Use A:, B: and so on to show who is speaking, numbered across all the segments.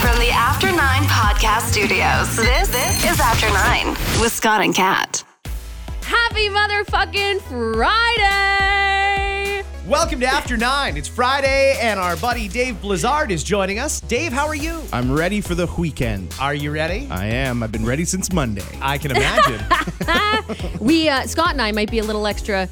A: From the After Nine Podcast Studios, this, this is After Nine with Scott and Kat.
B: Happy motherfucking Friday!
C: Welcome to After Nine. It's Friday, and our buddy Dave Blizzard is joining us. Dave, how are you?
D: I'm ready for the weekend.
C: Are you ready?
D: I am. I've been ready since Monday.
C: I can imagine.
B: We, uh, Scott and I, might be a little extra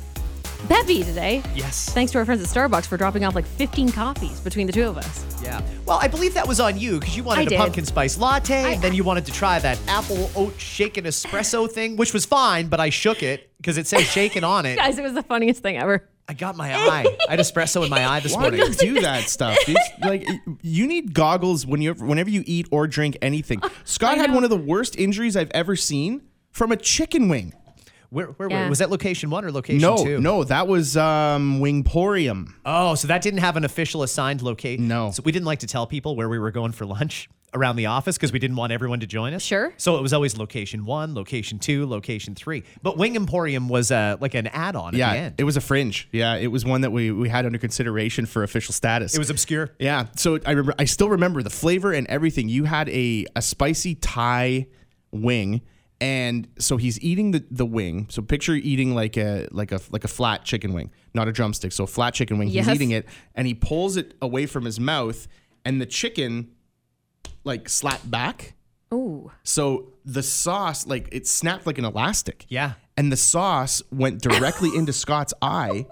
B: peppy today.
C: yes.
B: Thanks to our friends at Starbucks for dropping off like 15 coffees between the two of us.
C: Yeah. Well, I believe that was on you because you wanted
B: I
C: a
B: did.
C: pumpkin spice latte,
B: I-
C: and then you wanted to try that apple oat shake and espresso thing, which was fine, but I shook it because it said shaken on it.
B: Guys, it was the funniest thing ever.
C: I got my eye. I had espresso in my eye this
D: Why do
C: morning.
D: you do that stuff? It's like you need goggles when you whenever you eat or drink anything. Scott had
B: know.
D: one of the worst injuries I've ever seen from a chicken wing.
C: Where, where,
B: Yeah.
C: were was that location one or location
D: No,
C: two?
D: no, that was um, Wingporium.
C: Oh, so that didn't have an official assigned location.
D: No.
C: So we didn't like to tell people where we were going for lunch around the office because we didn't want everyone to join us.
B: Sure.
C: So it was always location one, location two, location three. But Wing Emporium was uh, like an add-on at the
D: Yeah,
C: end.
D: it was a fringe. Yeah, it was one that we we had under consideration for official status.
C: It was obscure.
D: Yeah, so I remember. I still remember the flavor and everything. You had a a spicy Thai wing, and so he's eating the, the wing. So picture eating like a like a like a flat chicken wing, not a drumstick. So a flat chicken wing.
B: Yes.
D: He's eating it, and he pulls it away from his mouth, and the chicken like slapped back.
B: Ooh.
D: So the sauce like it snapped like an elastic.
C: Yeah.
D: and the sauce went directly into Scott's eye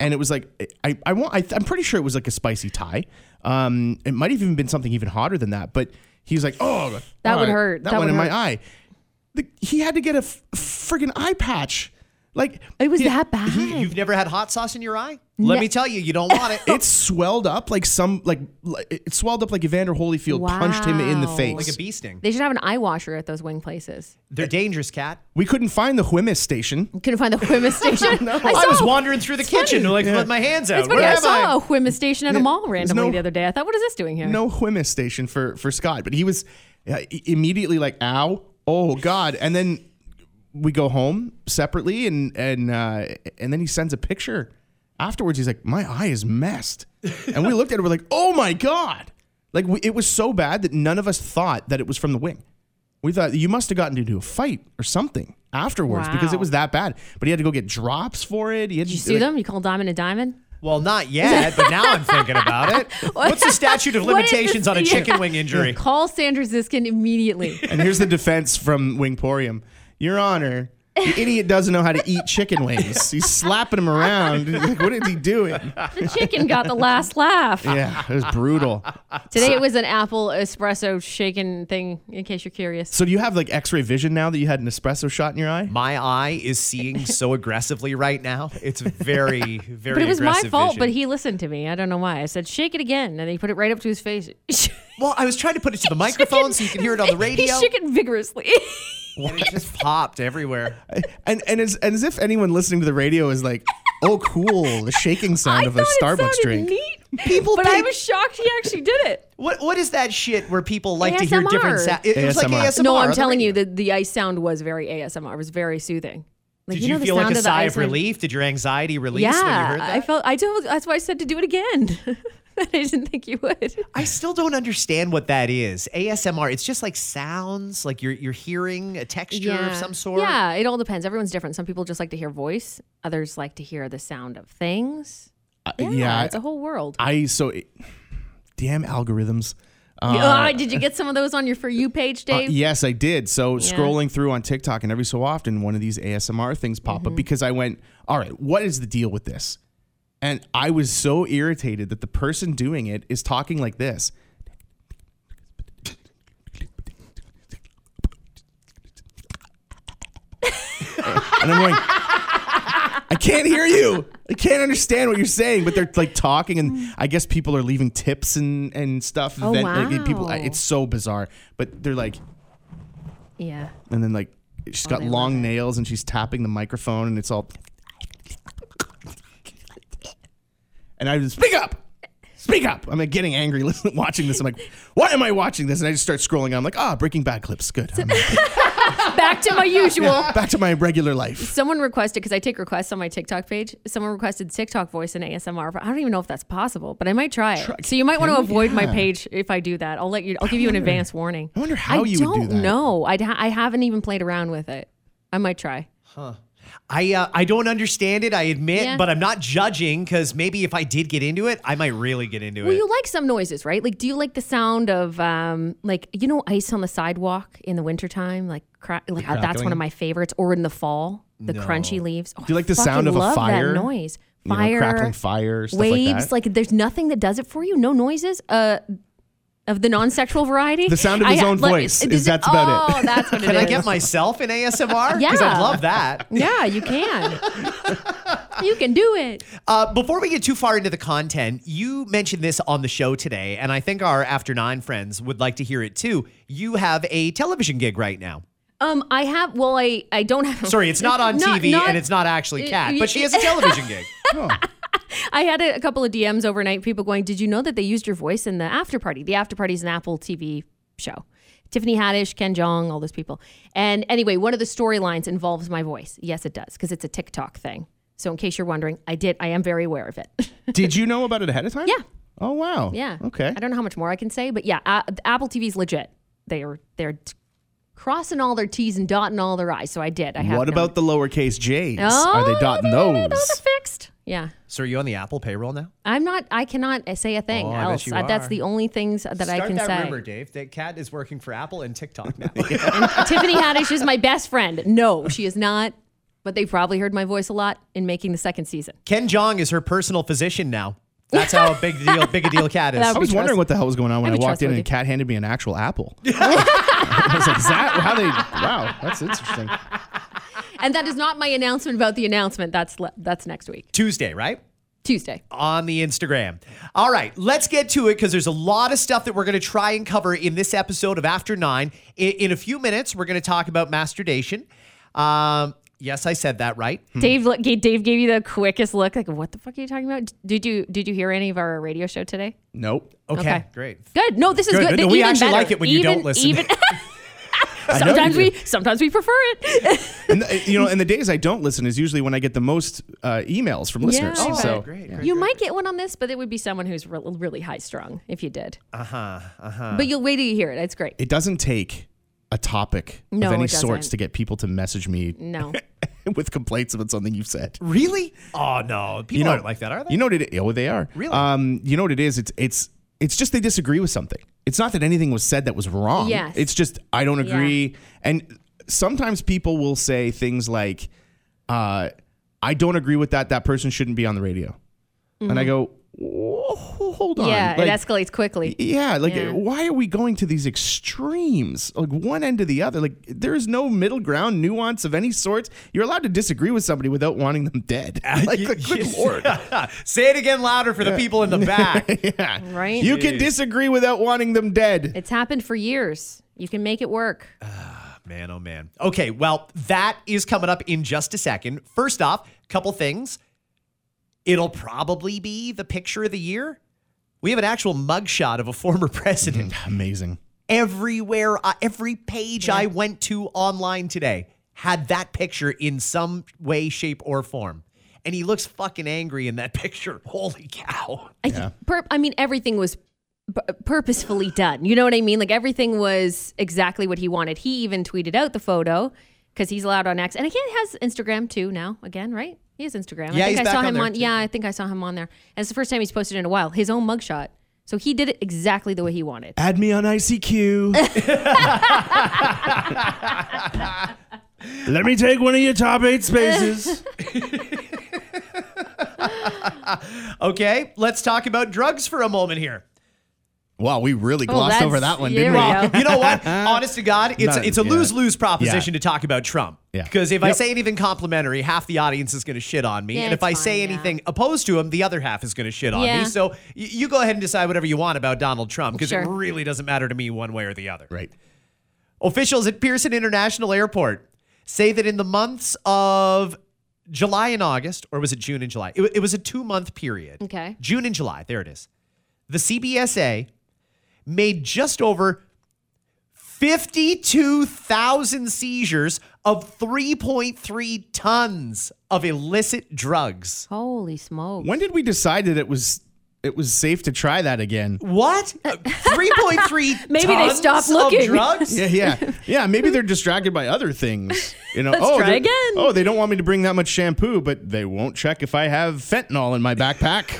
D: and it was like I I want I, I'm pretty sure it was like a spicy Thai. Um, it might have even been something even hotter than that. But he was like, "Oh,
B: That
D: uh,
B: would hurt.
D: That,
B: That
D: went
B: would
D: in
B: hurt."
D: my eye." The, he had to get a f- friggin' eye patch. Like
B: It was
D: he-
B: that bad.
C: You- You've never had hot sauce in your eye? Let
B: Ne-
C: me tell you, you don't want it. Oh,
D: It swelled up like some like like- it swelled up like Evander Holyfield punched him in the
B: Wow.
D: face.
C: like a bee sting.
B: they should have an eye washer at those wing places.
C: They're dangerous, cat.
D: we couldn't find the Huimis station.
B: Couldn't find the Whimma station.
C: I,
B: saw
C: was
B: a-
C: wandering through the kitchen,
D: funny.
C: like
D: Yeah.
C: with my hands out.
B: It's funny,
C: Where
B: I
C: am I?
B: saw a Whimma station at a mall randomly
D: no-
B: the other day. I thought, what is this doing here?
D: no Huimis station for for Scott, but he was uh, i- immediately like, "Ow, oh God!" And then we go home separately, and and uh, and then he sends a picture afterwards. He's like, "My eye is messed," and we looked at it. We're like, "Oh my God!" Like we, it was so bad that none of us thought that it was from the wing. We thought you must have gotten into a fight or something afterwards because
B: Wow.
D: it was that bad. But he had to go get drops for it. He had
B: Did you
D: to,
B: see
D: like,
B: them? You call Diamond a diamond?
C: Well, not yet, but now I'm thinking about it. What's the statute of
B: What is
C: limitations
B: this-
C: on a
B: yeah.
C: chicken wing injury?
B: Call Sandra Ziskin immediately.
D: And here's the defense from Wingporium. Your Honor, the idiot doesn't know how to eat chicken wings. He's slapping him around. Like, what is he doing?
B: the chicken got the last laugh.
D: Yeah, it was brutal.
B: Today it was an apple espresso shaken thing, in case you're curious.
D: So do you have like X-ray vision now that you had an espresso shot in your eye?
C: My eye is seeing so aggressively right now. It's very, very.
B: But it was my
C: aggressive
B: fault,
C: vision.
B: but he listened to me. I don't know why. I said, shake it again. And he put it right up to his face.
C: Well, I was trying to put it to the microphone so you can hear it on the radio.
B: he shook it vigorously.
C: And it just popped everywhere.
D: And and as and as if anyone listening to the radio is like, oh cool, the shaking
B: I
D: sound of a
B: thought it
D: Starbucks
B: sounded
D: drink.
B: neat,
C: People
B: but I
C: think-
B: was shocked he actually did it.
C: What What is that shit where people like to hear
B: ASMR.
C: different sounds? It, it was like
D: ASMR.
C: ASMR.
B: no,
C: on
B: I'm
C: the
B: telling you,
C: radio.
B: the, the ice sound was very ASMR. It was very soothing. Like,
C: Did
B: you
C: you,
B: know, the
C: feel like
B: sound
C: a
B: of the
C: sigh
B: ice
C: of
B: when-
C: relief? Did your anxiety release
B: Yeah,
C: when you heard that?
B: I felt. I told. That's why I said to do it again. I didn't think you would.
C: I still don't understand what that is. ASMR. It's just like sounds, like you're you're hearing a texture of some sort.
B: Yeah, it all depends. Everyone's different. Some people just like to hear voice. Others like to hear the sound of things.
D: Uh,
B: Yeah,
D: yeah
B: it's a whole world.
D: I Uh, so it, damn algorithms.
B: Yeah, oh, did you get some of those on your for you page,
D: Uh,
B: Dave?
D: yes, I did. So scrolling through on TikTok, and every so often one of these ASMR things pop
B: Mm-hmm.
D: up because I went, all right, what is the deal with this? And I was so irritated that the person doing it is talking like this. and I'm going, I can't hear you. I can't understand what you're saying, but they're like talking, and I guess people are leaving tips and and stuff.
B: Mm. Oh,
D: like, people,
B: wow.
D: it's so bizarre. But they're like,
B: Yeah.
D: and then like she's got
B: Oh, they love
D: long nails, and she's tapping the microphone, and it's all. And I just speak up, speak up. I'm like getting angry listening, watching this. I'm like, why am I watching this? And I just start scrolling. I'm like, ah, Breaking Bad clips, good. I'm
B: Back to my usual.
D: back to my regular life.
B: Someone requested because I take requests on my TikTok page. Someone requested TikTok voice and ASMR. But I don't even know if that's possible, but I might try it. so you might want to
D: can we?
B: avoid my
D: Yeah.
B: page if I do that. I'll let you. I'll give you an advance warning.
D: I wonder how you would do
B: don't
D: that.
B: know. I'd ha- I haven't even played around with it. I might try.
C: I uh, I don't understand it. I admit,
B: Yeah.
C: but I'm not judging because maybe if I did get into it, I might really get into
B: Well,
C: it.
B: you like some noises, right? Like, do you like the sound of, um, like, you know, ice on the sidewalk in the wintertime? Like, cra- like uh, that's one of my favorites. Or in the fall, the crunchy leaves. Oh,
D: Do you like
B: I
D: the sound
B: fucking
D: of a
B: love
D: fire?
B: That noise.
D: You know,
B: Fire.
D: crackling fire, stuff like
B: waves.
D: that.
B: Like, there's nothing that does it for you. No noises. Uh, of the non-sexual variety.
D: The sound of his own voice
B: does
D: is- that's about it.
B: Oh, that's what it is.
C: Can I get myself in ASMR? Because I'd
B: Yeah.
C: love that.
B: Yeah, you can. you can do it.
C: Uh, before we get too far into the content, you mentioned this on the show today, and I think our After Nine friends would like to hear it too. You have a television gig right now.
B: Um, I have. Well, I I don't have.
C: Sorry, it's not on
B: Not-
C: TV
B: not-
C: and it's not actually
B: Uh,
C: Kat,
B: y-
C: but she has a television gig.
B: I had a, a couple of DMs overnight. People going, "Did you know that they used your voice in the after party? The after party is an Apple TV show. Tiffany Haddish, Ken Jeong, all those people. And anyway, one of the storylines involves my voice. Yes, it does because it's a TikTok thing. So in case you're wondering, I did. I am very aware of it.
D: Did you know about it ahead of time?
B: Yeah.
D: Oh wow.
B: yeah.
D: Okay.
B: I don't know how much more I can say, but yeah, uh, Apple TV's legit. They are they're t- crossing all their T's and dotting all their I's. So I did. I have.
D: What
B: known.
D: about the lowercase j's?
B: Oh,
D: Are they dotting those?
B: Those are fixed. Yeah.
C: so are you on the Apple payroll now?
B: I'm not. I cannot uh, say a thing
C: Oh, I bet
B: else.
C: you
B: Uh, That's
C: are.
B: the only things that I
C: Start
B: can
C: that
B: say.
C: rumor, Dave, that Kat is working for Apple and TikTok now.
B: Tiffany Haddish is my best friend. No, she is not. But they probably heard my voice a lot in making the second season.
C: Ken Jong is her personal physician now. That's how big deal big a deal Kat is.
D: I was wondering what the hell was going on when I
B: I'd be
D: walked in
B: trustworthy.
D: and Kat handed me an actual apple. I was like, is that how they? Wow, that's interesting.
B: And that is not my announcement about the announcement. That's le- that's next week,
C: Tuesday, right?
B: Tuesday.
C: on the Instagram. All right, let's get to it because there's a lot of stuff that we're going to try and cover in this episode of After Nine. In, in a few minutes, we're going to talk about masturbation. Um, yes, I said that right.
B: Dave look, gave- Dave gave you the quickest look. Like, what the fuck are you talking about? Did you did you hear any of our radio show today?
D: Nope. Oh,
C: Okay,
B: Okay.
C: great.
B: Good. No, this is
C: Good.
B: good.
C: No,
B: Then
C: we
B: even
C: actually
B: better.
C: like it when you don't
B: Even-
C: listen.
B: Even
D: I know you
B: sometimes
D: do.
B: we sometimes we prefer it.
D: And the, you know, and the days I don't listen is usually when I get the most uh, emails from listeners.
B: I
D: so
B: bet. you might get one on this, but it would be someone who's re- really high strung if you did. Uh huh.
D: Uh-huh,
B: Uh huh. But you'll wait till you hear it. It's great.
D: it doesn't take a topic
B: No,
D: of any
B: it
D: sorts
B: doesn't.
D: to get people to message me
B: No.
D: with complaints about something you've said.
C: Really? Oh no, people aren't like that, are they?
D: You know what it? Oh, they are.
C: Really?
D: Um, you know what it is? It's it's it's just they disagree with something. It's not that anything was said that was wrong.
B: Yes.
D: It's just I don't agree. And sometimes people will say things like, uh, "I don't agree with that. That person shouldn't be on the radio." And I go, "Whoa, "Hold on."
B: Mm-hmm. Yeah,
D: Like,
B: it escalates quickly.
D: yeah, like
B: Yeah.
D: why are we going to these extremes? Like one end to the other. Like there is no middle ground nuance of any sort. You're allowed to disagree with somebody without wanting them dead. Like good good lord.
C: Say it again louder for the people in the back.
D: yeah.
B: Right?
D: You can disagree without wanting them dead.
B: It's happened for years. You can make it work.
C: Man, oh man. Okay, well, that is coming up in just a second. First off, couple things. It'll probably be the picture of the year. We have an actual mugshot of a former president
D: Mm-hmm. Amazing.
C: everywhere, uh, every page I went to online today had that picture in some way, shape, or form. And he looks fucking angry in that picture. Holy cow.
B: I, pur- I mean, everything was p- purposefully done. You know what I mean? Like everything was exactly what he wanted. He even tweeted out the photo because he's allowed on X, and he has Instagram too now. Again, right? He has Instagram. I
C: Yeah,
B: think
C: he's
B: I
C: back
B: saw
C: on
B: him
C: there
B: on.
C: too.
B: Yeah, I think I saw him on there. And it's the first time he's posted in a while. His own mugshot. So he did it exactly the way he wanted.
C: Ah.
D: Add me on ICQ. Let me take one of your top eight spaces.
C: Okay, let's talk about drugs for a moment here.
D: Wow, we really glossed
B: Oh, that's-
D: over that one,
B: yeah,
D: didn't we?
B: right.
C: Well, you know what? Honest to God, it's
D: Not-
C: it's a
D: yeah.
C: lose lose proposition
D: Yeah.
C: to talk about Trump.
D: Yeah.
C: Because if I
D: Yep.
C: say anything complimentary, half the audience is going to shit on me,
B: Yeah,
C: and if
B: it's
C: I say
B: fine, yeah.
C: anything opposed to him, the other half is going to shit on
B: Yeah.
C: me. So y- you go ahead and decide whatever you want about Donald Trump because
B: Sure.
C: it really doesn't matter to me one way or the other.
D: Right.
C: Officials at Pearson International Airport say that in the months of July and August, or was it June and July? It, wa- it was a two month period.
B: Okay.
C: June and July, there it is. The CBSA made just over 52,000 seizures of 3.3 tons of illicit drugs.
B: Holy smoke.
D: When did we decide that it was it was safe to try that again?
C: What? 3.3
B: Maybe they
C: tons
B: stopped
C: of
B: looking.
C: drugs?
D: Yeah, yeah, yeah. Maybe they're distracted by other things. You know,
B: Let's
D: oh,
B: try
D: they-
B: again.
D: Oh, they don't want me to bring that much shampoo, but they won't check if I have fentanyl in my backpack.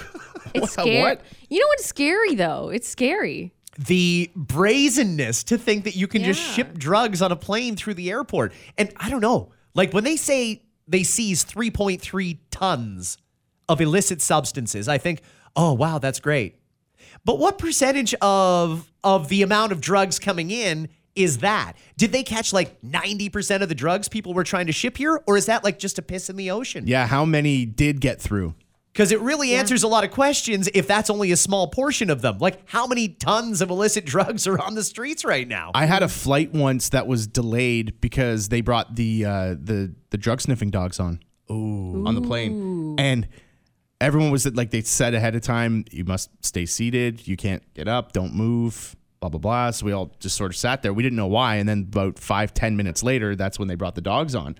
B: It's
D: Wha-
B: scary. You know what's scary though? It's scary.
C: the brazenness to think that you can just
B: Yeah.
C: ship drugs on a plane through the airport. And I don't know, like when they say they seize 3.3 tons of illicit substances, I think, oh wow, that's great. But what percentage of of the amount of drugs coming in is that? Did they catch like 90% of the drugs people were trying to ship here or is that like just a piss in the ocean?
D: Yeah, how many did get through?
C: Because it really answers a lot of questions if that's only a small portion of them. Like, how many tons of illicit drugs are on the streets right now?
D: I had a flight once that was delayed because they brought the uh, the the drug sniffing dogs on. on the plane, and everyone was like they said ahead of time, you must stay seated, you can't get up, don't move, blah blah blah. So we all just sort of sat there. We didn't know why, and then about five ten minutes later, that's when they brought the dogs on.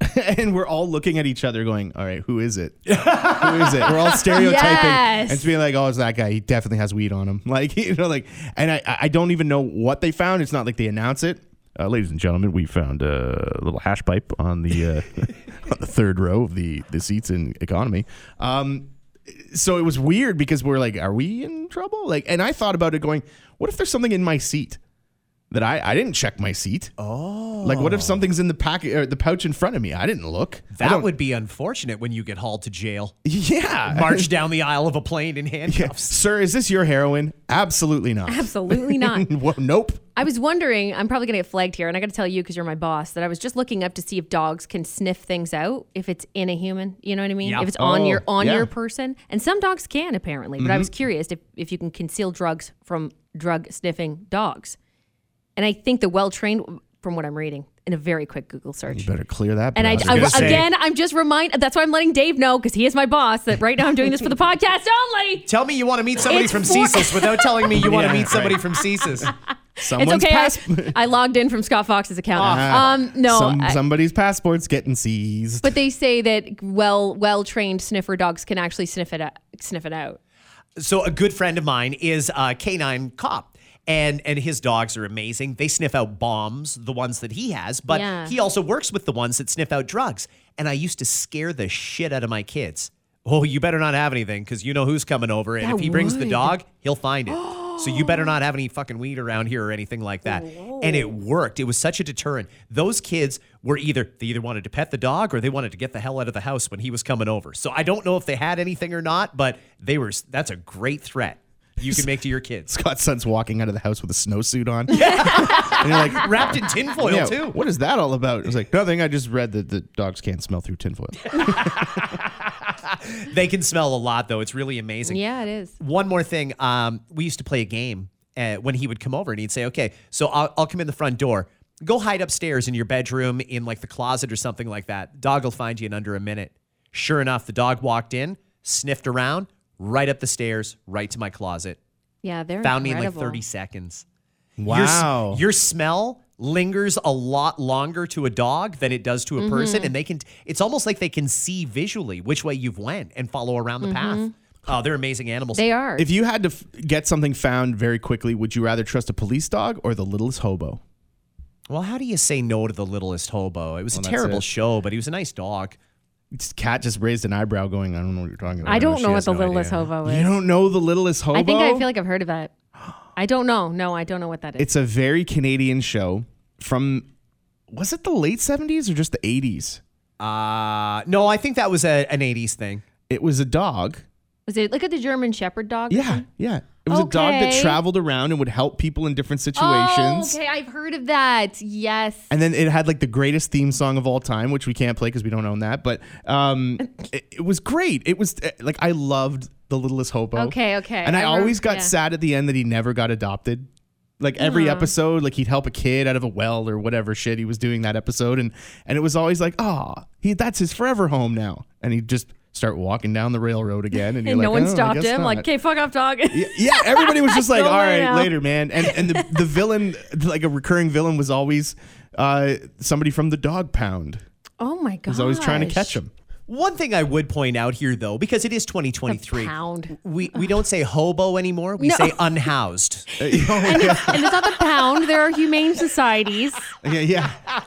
D: and we're all looking at each other going, all right, who is it? who is it? We're all stereotyping.
B: Yes.
D: And it's being like, oh, it's that guy. He definitely has weed on him. Like, you know, like, and I, I don't even know what they found. It's not like they announce it. Uh, ladies and gentlemen, we found uh, a little hash pipe on the uh, on the third row of the the seats in economy. Um, so it was weird because we're like, are we in trouble? Like, and I thought about it, going, what if there's something in my seat that I I didn't check my seat? Oh, like what if something's in the packet or the pouch in front of me? I didn't look. I
C: that
D: don't-
C: would be unfortunate when you get hauled to jail,
D: yeah.
C: marched down the aisle of a plane in handcuffs.
D: Sir, is this your heroin? Absolutely not.
B: Absolutely not.
D: Wha- nope.
B: I was wondering, I'm probably going to get flagged here, and I got to tell you because you're my boss that I was just looking up to see if dogs can sniff things out if it's in a human. You know what I mean?
C: Yeah.
B: If it's on
D: Oh,
B: your on
D: yeah. Mm-hmm.
B: your person, and some dogs can apparently. But I was curious if if you can conceal drugs from drug sniffing dogs, and I think the well trained, from what I'm reading, in a very quick Google search.
D: Better clear that.
B: And I,
D: browser.
B: I-
C: gonna say-
B: again, I'm just remind. That's why I'm letting Dave know because he is my boss. That right now I'm doing this for the podcast only.
C: Tell me you want to meet somebody
B: It's
C: from
B: for-
C: CSIS without telling me you want to
D: Yeah,
C: meet somebody from CSIS.
B: It's
D: someone's
B: okay. I,
D: pass-
B: I logged in from Scott Fox's account. um, no,
D: Some,
B: I-
D: somebody's passport's getting seized.
B: But they say that well well trained sniffer dogs can actually sniff it out, sniff it out.
C: So a good friend of mine is a canine cop. And, and his dogs are amazing. They sniff out bombs, the ones that he has, but
B: Yeah.
C: he also works with the ones that sniff out drugs. And I used to scare the shit out of my kids. Oh, you better not have anything because you know who's coming over. And
B: That
C: if he brings the
B: would.
C: dog, he'll find it. so you better not have any fucking weed around here or anything like that. And it worked. It was such a deterrent. Those kids were either, they either wanted to pet the dog or they wanted to get the hell out of the house when he was coming over. So I don't know if they had anything or not, but they were, that's a great threat you can make to your kids.
D: Scott's son's walking out of the house with a snowsuit on. and you're like,
C: Wrapped in tinfoil,
D: yeah,
C: too.
D: what is that all about? It was like, nothing. I just read that the dogs can't smell through tinfoil.
C: They can smell a lot, though. It's really amazing.
B: Yeah, it is.
C: One more thing. Um, we used to play a game uh, when he would come over and he'd say, okay, so I'll, I'll come in the front door. Go hide upstairs in your bedroom in like the closet or something like that. Dog will find you in under a minute. Sure enough, the dog walked in, sniffed around, right up the stairs, right to my closet.
B: Yeah, they're
C: Found me in like
B: incredible.
C: 30 seconds. Your s-
D: Wow.
C: Your, smell lingers a lot longer to a dog than it does to
B: Mm-hmm.
C: a person, and they can. It's almost like they can see visually which way you've went and follow around the path. Oh, they're amazing animals.
B: Mm-hmm. They are.
D: if you had to f- get something found very quickly, would you rather trust a police dog or the littlest hobo?
C: well, how do you say no to the littlest hobo? It was a
D: that's
C: terrible
D: it.
C: show, but he was a nice dog.
D: Just- Cat just raised an eyebrow, going, "I don't know what you're talking about."
B: I don't
D: She
B: know what
D: has
B: the
D: no
B: littlest
D: idea.
B: hobo
D: You
B: is.
D: don't know the littlest hobo?
B: I think I feel like I've heard of that. I don't know. No, I don't know what that is.
D: it's a very Canadian show from was it the late 70s or just the 80s?
C: Uh, no, I think that was a, an '80s thing.
D: It was a dog.
B: Was it look at the German Shepherd dog? or
D: Yeah,
B: something?
D: yeah. It It was a dog that
B: Okay.
D: traveled around and would help people in different
B: Oh,
D: situations.
B: okay. I've heard of that. Yes.
D: And then it had like the greatest theme song of all time, which we can't play because we don't own that. But um, it, it was great. It was eh, like I loved the Littlest Hobo.
B: Okay, okay.
D: Oh. And I,
B: I remem-
D: always got
B: yeah. Uh-huh.
D: sad at the end that he never got adopted. Like every episode, like he'd help a kid out of a well or whatever shit he was doing that episode, and and it was always like, oh, he that's his forever home now, and he'd just start walking down the railroad again, and, you're
B: and no
D: like,
B: one
D: "Oh, I
B: stopped
D: guess
B: him. Like,
D: not."
B: okay, fuck off, dog.
D: yeah, everybody was just like,
B: Don't
D: all
B: worry
D: right,
B: now."
D: later, man. And and the, the villain, like a recurring villain, was always uh, somebody from the dog pound.
B: oh my god.
D: Was always trying to catch him.
C: One thing I would point out here, though, because it is 2023,
B: pound.
C: we we don't say hobo anymore. We
B: No.
C: say unhoused.
B: And it's not the pound. There are humane societies.
D: yeah, yeah.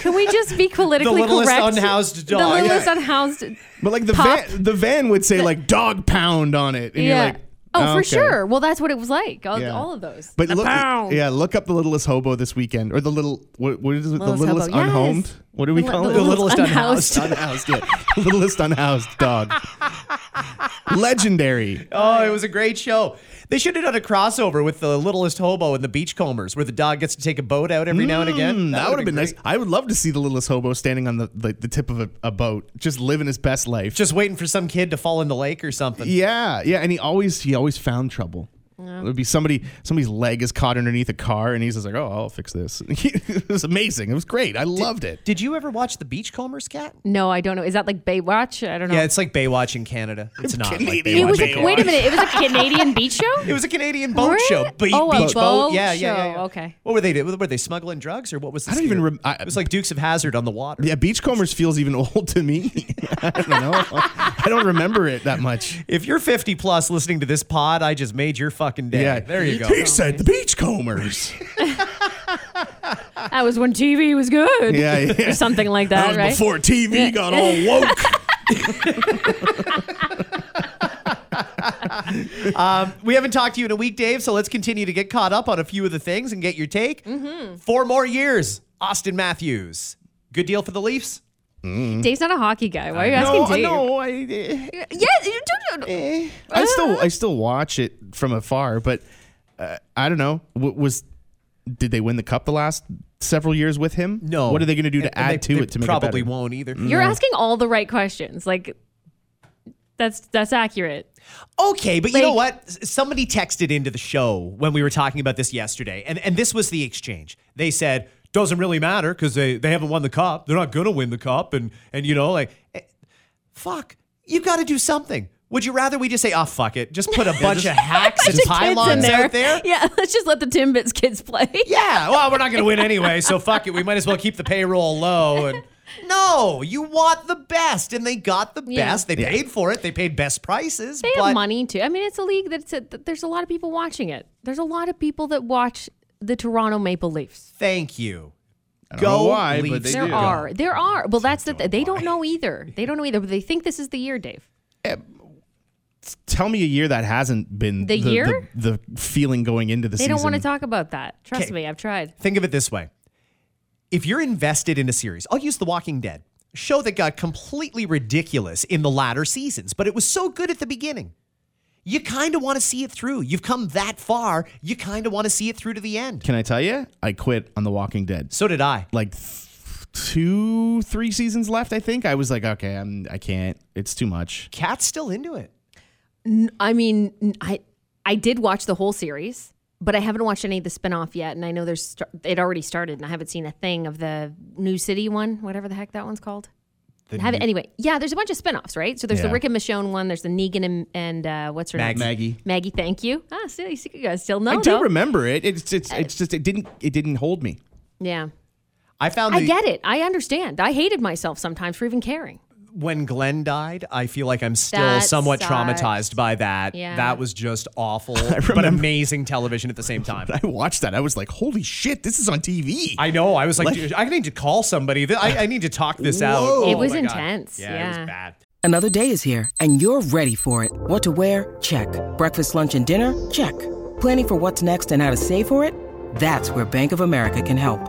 B: Can we just be politically
C: littlest
B: correct?
C: unhoused
B: The
C: dog.
B: littlest
D: Yeah.
B: unhoused.
D: But like the
B: Pop.
D: van, the van would say like dog pound on it, and
B: Yeah.
D: you're like,
B: oh, for
D: okay."
B: sure. Well, that's what it was like. All,
D: Yeah.
B: all of those.
D: But
B: the
D: look,
B: pound.
D: yeah, look up the littlest hobo this weekend, or the little what, what is it?
B: Littlest
D: the littlest
B: Hobo, yes.
D: unhomed. What do we
B: The li-
D: call
B: the
D: it?
C: The
B: Littlest
C: littlest unhoused.
D: unhoused, yeah. littlest unhoused dog. Legendary.
C: Oh, it was a great show. They should have done a crossover with the Littlest Hobo and the Beachcombers, where the dog gets to take a boat out every now and again.
D: Mm, that, would have been
C: great.
D: nice. I would love to see the littlest hobo standing on the like the tip of a, a boat, just living his best life.
C: Just waiting for some kid to fall in the lake or something.
D: yeah, yeah. And he always he always found trouble. It would be somebody somebody's leg is caught underneath a car, and he's just like, "Oh, I'll fix this." it was amazing. It was great. I loved it.
C: Did you ever watch the Beachcombers, Cat?
B: No, I don't know. Is that like Baywatch? I don't know.
C: Yeah, it's like Baywatch in Canada. It's not. Like Baywatch
D: Canadian
B: it was.
C: in
B: A,
D: Baywatch.
B: wait a minute. It was a Canadian beach show.
C: It was a Canadian boat
B: Really?
C: show. Be-
B: Oh, a
C: beach
B: boat
C: Yeah, yeah,
B: show.
C: yeah, yeah.
B: Okay.
C: What were they? doing? Were they smuggling drugs or what was? The
D: I don't even
C: scare?
D: rem- I-
C: it was like Dukes of Hazard on the water.
D: Yeah, Beachcombers feels even old to me. I don't know. I don't remember it that much.
C: If you're 50 plus listening to this pod, I just made your fucking day.
D: Yeah.
C: There you go.
D: He said the Beachcombers.
B: That was when TV was good.
D: yeah,
B: Or
D: yeah.
B: something like that, right?
D: before TV got all woke.
C: We haven't talked to you in a week, Dave, so let's continue to get caught up on a few of the things and get your take.
B: Mm-hmm.
C: Four more years, Austin Matthews. Good deal for the Leafs.
B: Dave's not a hockey guy. Why are you asking Dave?
D: no, Oh, I, eh,
B: Yeah, you do. do-
D: eh. I still, I still watch it from afar, but uh, I don't know. W- was did they win the cup the last several years with him?
C: No.
D: What are they going to do to
C: And- and
D: add
C: they-
D: to
C: they
D: it to make
C: probably
D: it better?
C: won't either.
B: You're asking all the right questions. Like that's that's accurate.
C: Okay, but you know
B: Like-
C: what? S- Somebody texted into the show when we were talking about this yesterday, and, and this was the exchange. They said, doesn't really matter because they, they haven't won the cup. They're not going to win the cup. And, and you know, like, eh, fuck, you got to do something. Would you rather we just say, oh, fuck it? Just put a bunch of hacks and
B: Just kids in
C: pylons
B: there.
C: out there?
B: Yeah, let's just let the Timbits kids play.
C: Yeah, well, we're not going to win anyway, so fuck it. We might as well keep the payroll low. And no, you want the best, and they got the
B: Yeah.
C: best. They paid for it. They paid best prices.
B: They
C: but
B: have money too. I mean, it's a league that's a, that there's a lot of people watching it. There's a lot of people that watch the Toronto Maple Leafs.
C: Thank you.
D: I don't know why, but
C: Leafs.
D: they
B: There
D: do.
B: are, there are. Well, that's the. They don't know either. They don't know either. But they think this is the year, Dave.
D: Tell me a year that hasn't been
B: The year?
D: the, the feeling going into the
B: They
D: season.
B: don't want to talk about that. Trust
C: Okay.
B: me, I've tried.
C: Think of it this way. If you're invested in a series, I'll use The Walking Dead, a show that got completely ridiculous in the latter seasons, but it was so good at the beginning. You kind of want to see it through. You've come that far. You kind of want to see it through to the end.
D: Can I tell you? I quit on The Walking Dead.
C: So did I.
D: like th- two, three seasons left. I think I was like, okay, I'm, I can't. It's too much.
C: Cat's still into it.
B: I mean, n- I I did watch the whole series, but I haven't watched any of the spinoff yet. And I know there's st- it already started, and I haven't seen a thing of the New City one, whatever the heck that one's called. Have it anyway. Yeah, there's a bunch of spinoffs, right? So there's the
D: Yeah.
B: Rick and Michonne one. There's the Negan and, and uh, what's her name?
D: Maggie.
B: Maggie, thank you. Ah, see, you see- you guys still know.
D: I do
B: though.
D: remember it. It's it's
B: Uh,
D: it's just it didn't it didn't hold me.
B: Yeah,
C: I found
B: I
C: that
B: get it. I understand. I hated myself sometimes for even caring.
C: when Glenn died, I feel like I'm still
B: That
C: somewhat
B: sucked.
C: traumatized by that.
B: Yeah.
C: That was just awful, but
D: remember-
C: amazing television at the same time.
D: I watched that. I was like, holy shit, this is on TV.
C: I know. I was like, dude, I need to call somebody. Th- I, I need to talk this out. Oh
D: Whoa.
B: It was
C: my God.
B: intense,
C: it
B: yeah.
C: was bad.
E: Another day is here, and you're ready for it. What to wear? Check. Breakfast, lunch, and dinner? Check. Planning for what's next and how to save for it? That's where Bank of America can help.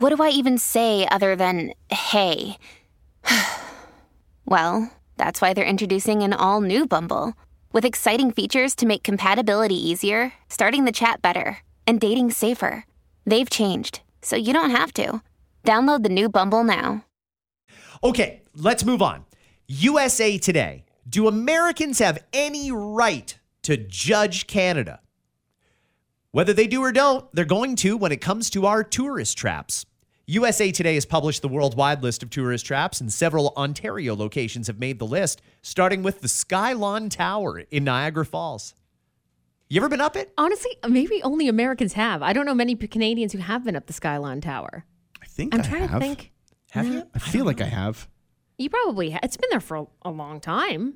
F: what do I even say other than hey? well, that's why they're introducing an all new Bumble with exciting features to make compatibility easier, starting the chat better, and dating safer. They've changed, so you don't have to. Download the new Bumble now.
C: Okay, let's move on. USA Today. Do Americans have any right to judge Canada? Whether they do or don't, they're going to when it comes to our tourist traps. USA Today has published the worldwide list of tourist traps, and several Ontario locations have made the list, starting with the Skylon Tower in Niagara Falls. You ever been up it?
B: Honestly, maybe only Americans have. I don't know many P- Canadians who have been up the Skyline Tower.
D: I think
B: I'm
D: I
B: trying
D: have.
B: to think.
C: Have you?
D: I feel like I have.
B: You probably ha- it's been there for a, a long time.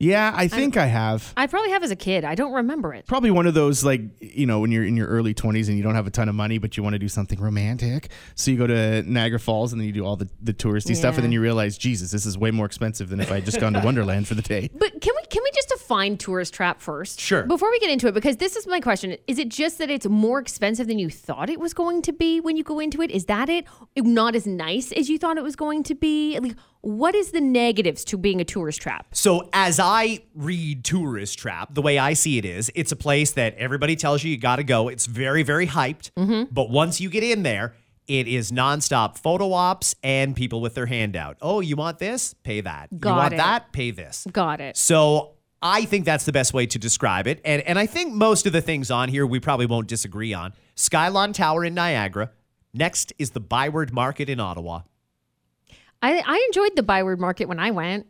D: Yeah, I think I have.
B: I probably have as a kid. I don't remember it.
D: Probably one of those like you know when you're in your early 20s and you don't have a ton of money but you want to do something romantic, so you go to Niagara Falls and then you do all the, the touristy stuff
B: Yeah.
D: and then you realize Jesus, this is way more expensive than if I had just gone to Wonderland for the day.
B: But can we can we just define tourist trap first?
C: Sure.
B: Before we get into it, because this is my question: Is it just that it's more expensive than you thought it was going to be when you go into it? Is that it? Not as nice as you thought it was going to be? Like, what is the negatives to being a tourist trap?
C: So, as I read Tourist Trap, the way I see it is, it's a place that everybody tells you you got to go. It's very, very hyped.
B: Mm-hmm.
C: But once you get in there, it is nonstop photo ops and people with their hand out. Oh, you want this? Pay that.
B: Got
C: you want
B: it.
C: that? Pay this.
B: Got it.
C: So, I think that's the best way to describe it. And, and I think most of the things on here we probably won't disagree on. Skylon Tower in Niagara. Next is the Byward Market in Ottawa.
B: I I enjoyed the Byward Market when I went.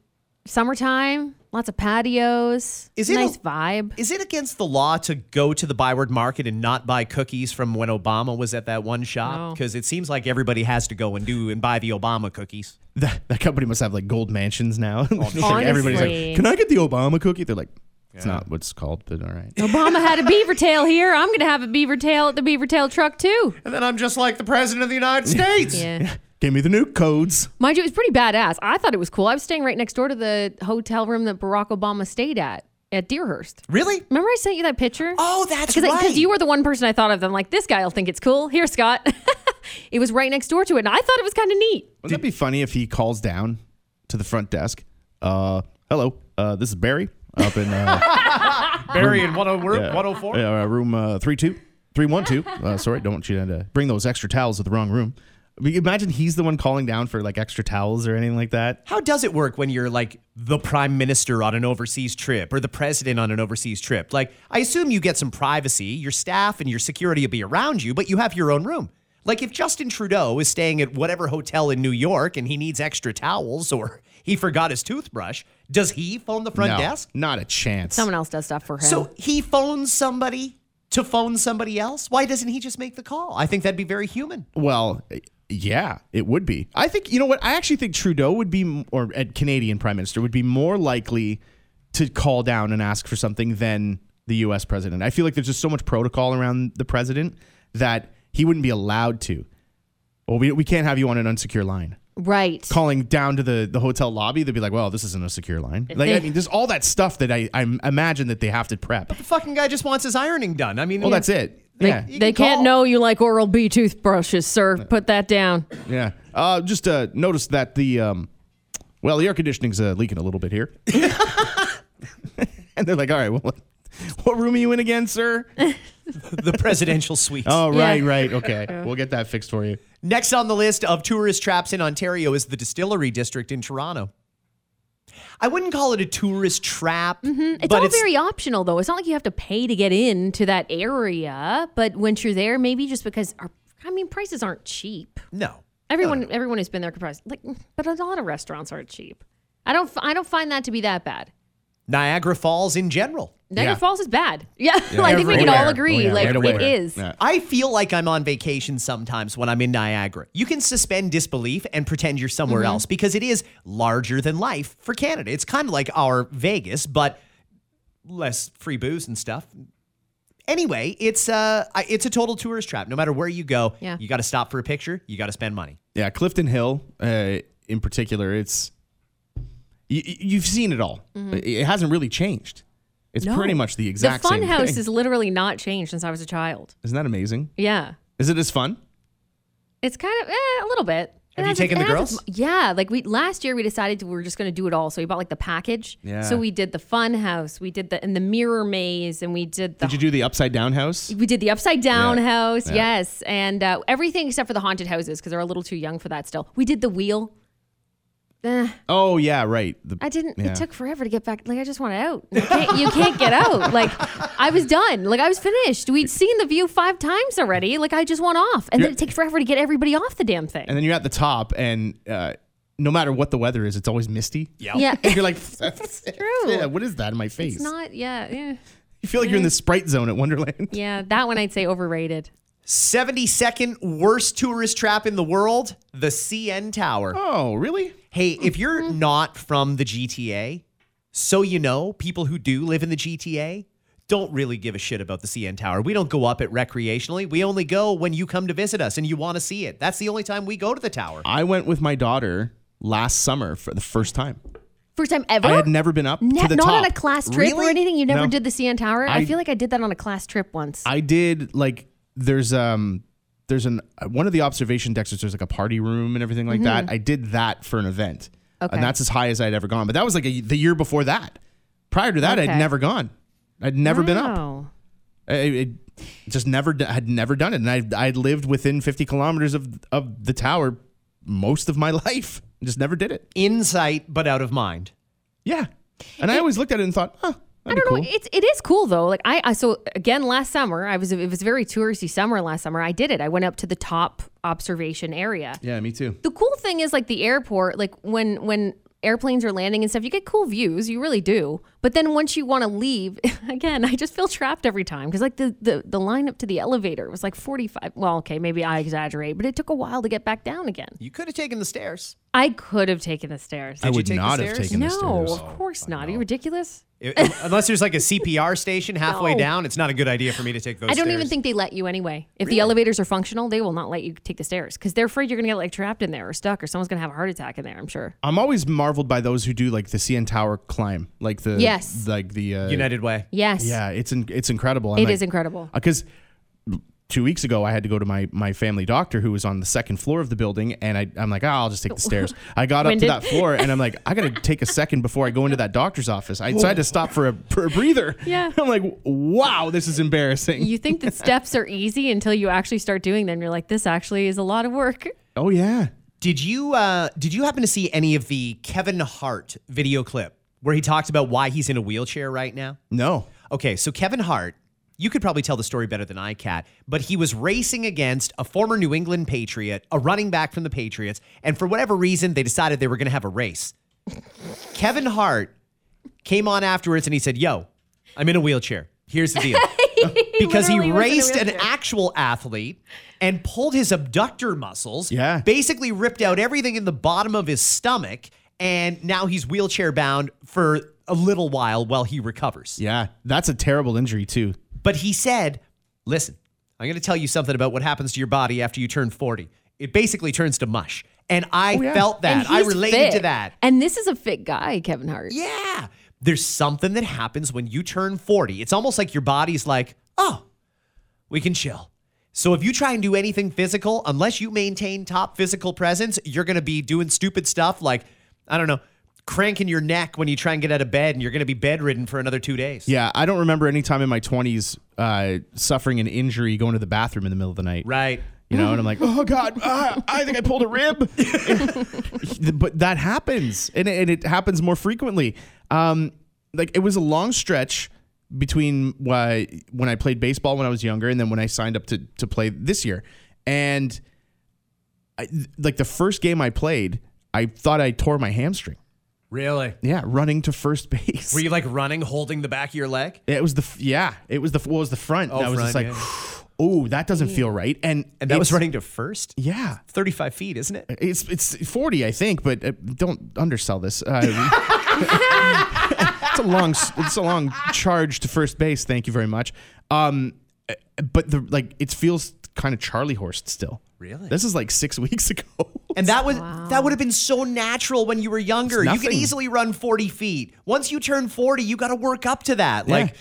B: Summertime, lots of patios.
C: Is it
B: nice
C: a-
B: vibe?
C: Is it against the law to go to the Byward Market and not buy cookies from when Obama was at that one shop?
B: No.
C: Because it seems like everybody has to go and do and buy the Obama cookies.
D: That, that company must have like gold mansions now. Like,
B: sure.
D: everybody's
B: Honestly.
D: like, "Can I get the Obama cookie?" They're like, "It's not what's called, but all right."
B: Obama had a beaver tail here. I'm gonna have a beaver tail at the beaver tail truck too.
C: And then I'm just like the president of the United States.
B: Yeah.
D: Give me the new codes.
B: Mind you, it was pretty badass. I thought it was cool. I was staying right next door to the hotel room that Barack Obama stayed at at Deerhurst.
C: Really?
B: Remember I sent you that picture?
C: Oh, that's
B: Because
C: right.
B: you were the one person I thought of. I'm like, this guy will think it's cool. Here, Scott. it was right next door to it, and I thought it was kind of neat.
D: Wouldn't that be funny if he calls down to the front desk? Uh, hello, uh, this is Barry up in uh,
C: Barry in 101
D: yeah,
C: 104.
D: yeah, uh, room uh, three two three one two. Uh, sorry, don't want you to bring those extra towels to the wrong room. I mean, imagine he's the one calling down for like extra towels or anything like that.
C: How does it work when you're like the prime minister on an overseas trip or the president on an overseas trip? Like, I assume you get some privacy. Your staff and your security will be around you, but you have your own room. Like, if Justin Trudeau is staying at whatever hotel in New York and he needs extra towels or he forgot his toothbrush, does he phone the front
D: No,
C: desk?
D: not a chance.
B: Someone else does stuff for him.
C: So he phones somebody to phone somebody else? Why doesn't he just make the call? I think that'd be very human.
D: Well, yeah, it would be. I think you know what? I actually think Trudeau would be, or a Canadian Prime Minister would be more likely to call down and ask for something than the U.S. president. I feel like there's just so much protocol around the president that he wouldn't be allowed to. Well, we, we can't have you on an unsecure line.
B: right.
D: Calling down to the, the hotel lobby, they'd be like, well, this isn't a secure line. Like, I mean, there's all that stuff that I, I imagine that they have to prep.
C: The fucking guy just wants his ironing done. I mean,
D: Well, that's it. Yeah.
B: they
C: can
B: can't
C: call.
B: know you like Oral B toothbrushes, sir. Put that down.
D: Yeah. Uh, just uh, noticed that the um, well, the air conditioning's uh, leaking a little bit here. and they're like, "All right, well, what room are you in again, sir?"
C: the presidential suite.
D: oh,
B: Yeah.
D: right, right. Okay, we'll get that fixed for you.
C: Next on the list of tourist traps in Ontario is the Distillery District in Toronto. I wouldn't call it a tourist trap,
B: Mm-hmm. It's
C: but
B: all
C: it's
B: very optional, though. It's not like you have to pay to get into that area. But once you're there, maybe just because our, I mean, prices aren't cheap.
C: no.
B: Everyone,
D: Uh.
B: everyone who's been there could probably like, but a lot of restaurants aren't cheap. I don't, I don't find that to be that bad.
C: Niagara Falls in general.
B: Niagara
D: Yeah.
B: Falls is bad. Yeah, I think we can all
D: Everywhere.
B: agree.
D: Oh, yeah,
B: like it
D: right away.
B: is.
D: Yeah.
C: I feel like I'm on vacation sometimes when I'm in Niagara. You can suspend disbelief and pretend you're somewhere else because it is larger than life for Canada. It's kind of like our Vegas, but less free booze and stuff. Anyway, it's uh, I- it's a total tourist trap. No matter where you go,
B: Yeah.
C: you got to stop for a picture. You got to spend money.
D: Yeah, Clifton Hill, uh, in particular, it's you, you've seen it all. It- It hasn't really changed. It's
B: Mm-hmm. No.
D: pretty much the exact
B: the fun
D: same
B: house
D: thing.
B: has literally not changed since I was a child.
D: Isn't that amazing?
B: Yeah.
D: Is it as fun?
B: It's kind of eh, a little bit. It
C: Have you
B: has
C: taken
B: its-
C: the
B: it has its- yeah, like we last year we decided we were just going to do it all. So we bought like the package.
D: Yeah.
B: So we did the fun house, we did the and the mirror maze, and we did the
D: Did you do the upside down house?
B: we did the upside down
D: Yeah.
B: house, yes, and uh, everything except for the haunted houses because they're a little too young for that. Still, we did the wheel. Eh,
D: Oh yeah, right. The,
B: I didn't.
D: yeah.
B: It took forever to get back. Like I just wanted out. You can't, you can't get out. Like I was done. Like I was finished. We'd seen the view five times already. Like I just want off, and then
D: You're-
B: it takes forever to get everybody off the damn thing.
D: And then you're at the top, and uh, no matter what the weather is, it's always misty.
B: yeah.
D: And you're like, that's
B: true.
D: Yeah, what is that in my face?
B: It's not, yeah, eh.
D: you feel like you're in the sprite zone at Wonderland.
B: yeah. That one I'd say overrated.
C: 72nd worst tourist trap in the world, the CN Tower.
D: Oh, really?
C: Hey, if you're
B: Mm-hmm.
C: not from the GTA, so you know, people who do live in the GTA don't really give a shit about the CN Tower. We don't go up it recreationally. We only go when you come to visit us and you want to see it. That's the only time we go to the tower.
D: I went with my daughter last summer for the first time.
B: First time ever?
D: I had never been up
B: Ne-
D: to the
B: not on
D: top.
B: a class trip or
D: Really?
B: anything. You never
D: No.
B: did the CN Tower. I,
D: I-
B: feel like I did that on a class trip once.
D: I did like there's um there's an one of the observation decks. There's like a party room and everything like that. I did that for an event,
B: Mm-hmm. Okay.
D: and that's as high as I'd ever gone. But that was like a, the year before that. Prior to that,
B: Okay.
D: I'd never gone. I'd never been up.
B: Wow.
D: I, I I just never d- had never done it, and I I lived within 50 kilometers of of the tower most of my life. Just never did it.
C: In sight, but out of mind.
D: Yeah, and I always looked at it and thought, huh,
B: I don't
D: that'd be cool.
B: know. It's it is cool though. Like I, I so again last summer I was it was a very touristy summer last summer. I did it. I went up to the top observation area.
D: yeah, me too.
B: the cool thing is like the airport like when when airplanes are landing and stuff you get cool views you really do but then once you want to leave again i just feel trapped every time because like the, the the line up to the elevator was like 45 well okay maybe i exaggerate but it took a while to get back down again
C: You could have taken the stairs.
B: i could have taken the stairs
D: I
C: you
D: would
C: take the
D: not have
C: stairs?
D: taken the
B: no
D: stairs.
B: of course not are you ridiculous
C: I- Unless there's like a CPR station halfway
B: No.
C: down, it's not a good idea for me to take those
B: i don't
C: stairs.
B: even think they let you anyway if the elevators are functional they will not let you take the stairs because they're afraid you're gonna get like trapped in there or stuck or someone's gonna have a heart attack in there i'm sure
D: I'm always marveled by those who do like the CN Tower climb, like the
B: Yes.
D: like the uh,
C: United Way.
B: yes
D: Yeah, it's in, it's incredible. I'm
B: it is
D: like,
B: incredible
D: because two weeks ago I had to go to my my family doctor who was on the second floor of the building, and I I'm like, ah, I'll just take the stairs. I got up to
B: Winded.
D: that floor, and I'm like, I gotta take a second before I go into that doctor's office. I, so I had to stop for a for a breather.
B: Yeah.
D: I'm like, wow, this is embarrassing.
B: you think that steps are easy until you actually start doing them. You're like, this actually is a lot of work.
D: oh yeah,
C: Did you uh, did you happen to see any of the Kevin Hart video clip where he talks about why he's in a wheelchair right now?
D: no.
C: Okay, so Kevin Hart, you could probably tell the story better than I, Cat, but he was racing against a former New England Patriot, a running back from the Patriots, and for whatever reason, they decided they were going to have a race. Kevin Hart came on afterwards and he said, Yo, I'm in a wheelchair. Here's the deal. because he
B: literally was in a
C: raced an
B: wheelchair.
C: actual athlete and pulled his abductor muscles,
D: Yeah.
C: basically ripped out everything in the bottom of his stomach, and now he's wheelchair bound for a little while while he recovers.
D: Yeah, that's a terrible injury too.
C: But he said, listen, I'm going to tell you something about what happens to your body after you turn 40. It basically turns to mush. And I felt
B: Oh, And
C: that. I
B: he's
C: related
B: fit.
C: to that.
B: And this is a fit guy, Kevin Hart.
C: Yeah. There's something that happens when you turn 40. It's almost like your body's like, oh, we can chill. So if you try and do anything physical, unless you maintain top physical presence, you're going to be doing stupid stuff like, I don't know, cranking your neck when you try and get out of bed and you're going to be bedridden for another two days.
D: Yeah, I don't remember any time in my 20s uh, suffering an injury going to the bathroom in the middle of the night.
C: Right.
D: You know, and I'm like, oh God, ah, I think I pulled a rib. but that happens, and it, and it happens more frequently. Um, like it was a long stretch between why when I played baseball when I was younger, and then when I signed up to to play this year, and I, like the first game I played, I thought I tore my hamstring.
C: Really?
D: Yeah, running to first base.
C: Were you like running, holding the back of your leg?
D: It was the f- yeah. It was the f- what was the front.
C: Oh,
D: and I was
C: front,
D: just like, oh, that doesn't feel right. And
C: And that was
D: it's-
C: running to first? Uh,
D: Yeah.
C: 35 feet, isn't it?
D: It's it's 40, I think, but uh, don't undersell this. Uh, it's a long s- it's a long charge to first base. Thank you very much. Um, uh, but the like it feels kind of Charlie horsed still.
C: Really?
D: This is like six weeks ago.
C: And that was that would have been so natural when you were younger. You could
D: nothing.
C: easily run 40 feet. Once you turn 40, you got to work up to that. Like